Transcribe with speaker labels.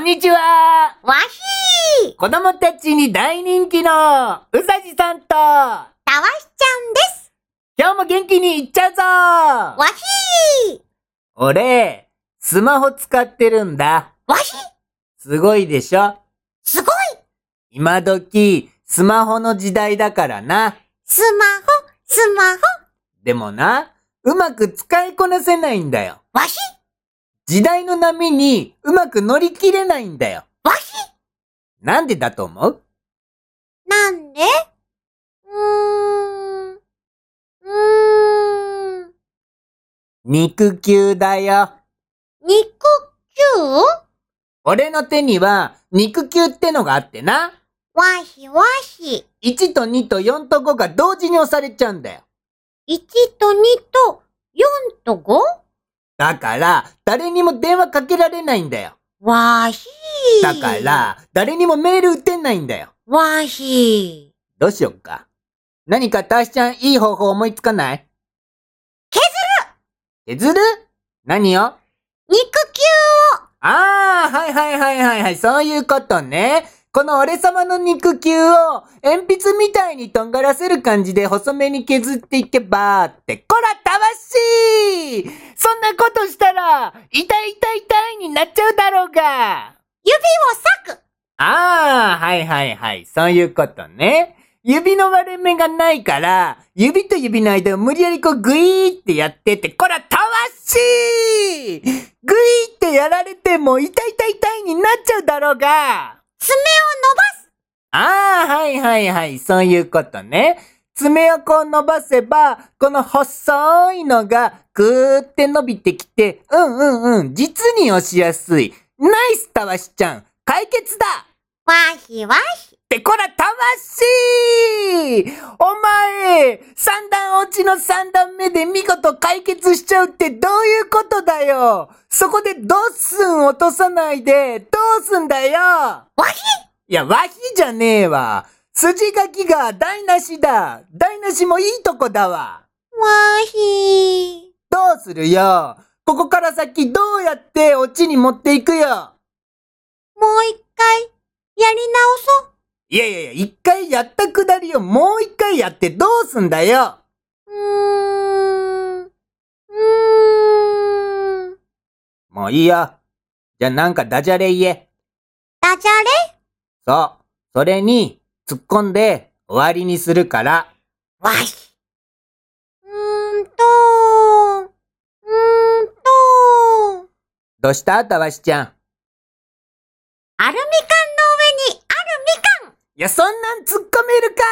Speaker 1: んにちは
Speaker 2: わひー
Speaker 1: 子供たちに大人気のうさじさんと今
Speaker 2: たわしちゃんです
Speaker 1: 日も元気にいっちゃうぞ
Speaker 2: わひー
Speaker 1: 俺、スマホ使ってるんだ。
Speaker 2: わひー
Speaker 1: すごいでしょ
Speaker 2: すごい
Speaker 1: 今時、スマホの時代だからな。
Speaker 2: スマホスマホ
Speaker 1: でもな、うまく使いこなせないんだよ。
Speaker 2: わひ
Speaker 1: 時代の波にうまく乗り切れないんだよ。
Speaker 2: わひ
Speaker 1: なんでだと思う
Speaker 2: なんでうーん。うーん。
Speaker 1: 肉球だよ。
Speaker 2: 肉球わ
Speaker 1: 俺の手には肉球ってのがあってな。
Speaker 2: ひわひ。
Speaker 1: 1と2と4と5が同時に押されちゃうんだよ。
Speaker 2: 1と2と4と 5?
Speaker 1: だから、誰にも電話かけられないんだよ。
Speaker 2: わひー。
Speaker 1: だか。ら、誰にもメール打てないんだよ。
Speaker 2: わひー。
Speaker 1: どうしよっか。何かたしちゃんいい方法思いつかない削る削る何を
Speaker 2: 肉球を
Speaker 1: ああ、はいはいはいはいはい、そういうことね。この俺様の肉球を鉛筆みたいにとんがらせる感じで細めに削っていけばって、こら、たわしいそんなことしたら、痛い痛い痛いになっちゃうだろうが
Speaker 2: 指を裂く
Speaker 1: ああ、はいはいはい、そういうことね。指の割れ目がないから、指と指の間を無理やりこうグイーってやってって、こら、たわしいグイーってやられても痛い痛い痛いになっちゃうだろうが
Speaker 2: 爪を伸ばす
Speaker 1: ああ、はいはいはい、そういうことね。爪をこう伸ばせば、この細いのがぐーって伸びてきて、うんうんうん、実に押しやすい。ナイスたわしちゃん解決だ
Speaker 2: わひわひ。
Speaker 1: ってこら、魂お前、三段落ちの三段目で見事解決しちゃうってどういうことだよそこでドッスン落とさないで、どうすんだよ
Speaker 2: わひ
Speaker 1: いや、和ひじゃねえわ。筋書きが台無しだ。台無しもいいとこだわ。
Speaker 2: わひー。
Speaker 1: どうするよここから先どうやって落ちに持っていくよ
Speaker 2: もう一回、やり直そう。
Speaker 1: いやいやいや、一回やったくだりをもう一回やってどうすんだよ
Speaker 2: うーん。うーん。
Speaker 1: もういいよ。じゃあなんかダジャレ言え。
Speaker 2: ダジャレ
Speaker 1: そう。それに突っ込んで終わりにするから。
Speaker 2: わひ。うーんと、うーんと、
Speaker 1: どうしたたわしちゃん。
Speaker 2: アルミ缶の上にあるみかん
Speaker 1: いや、そんなん突っ込めるか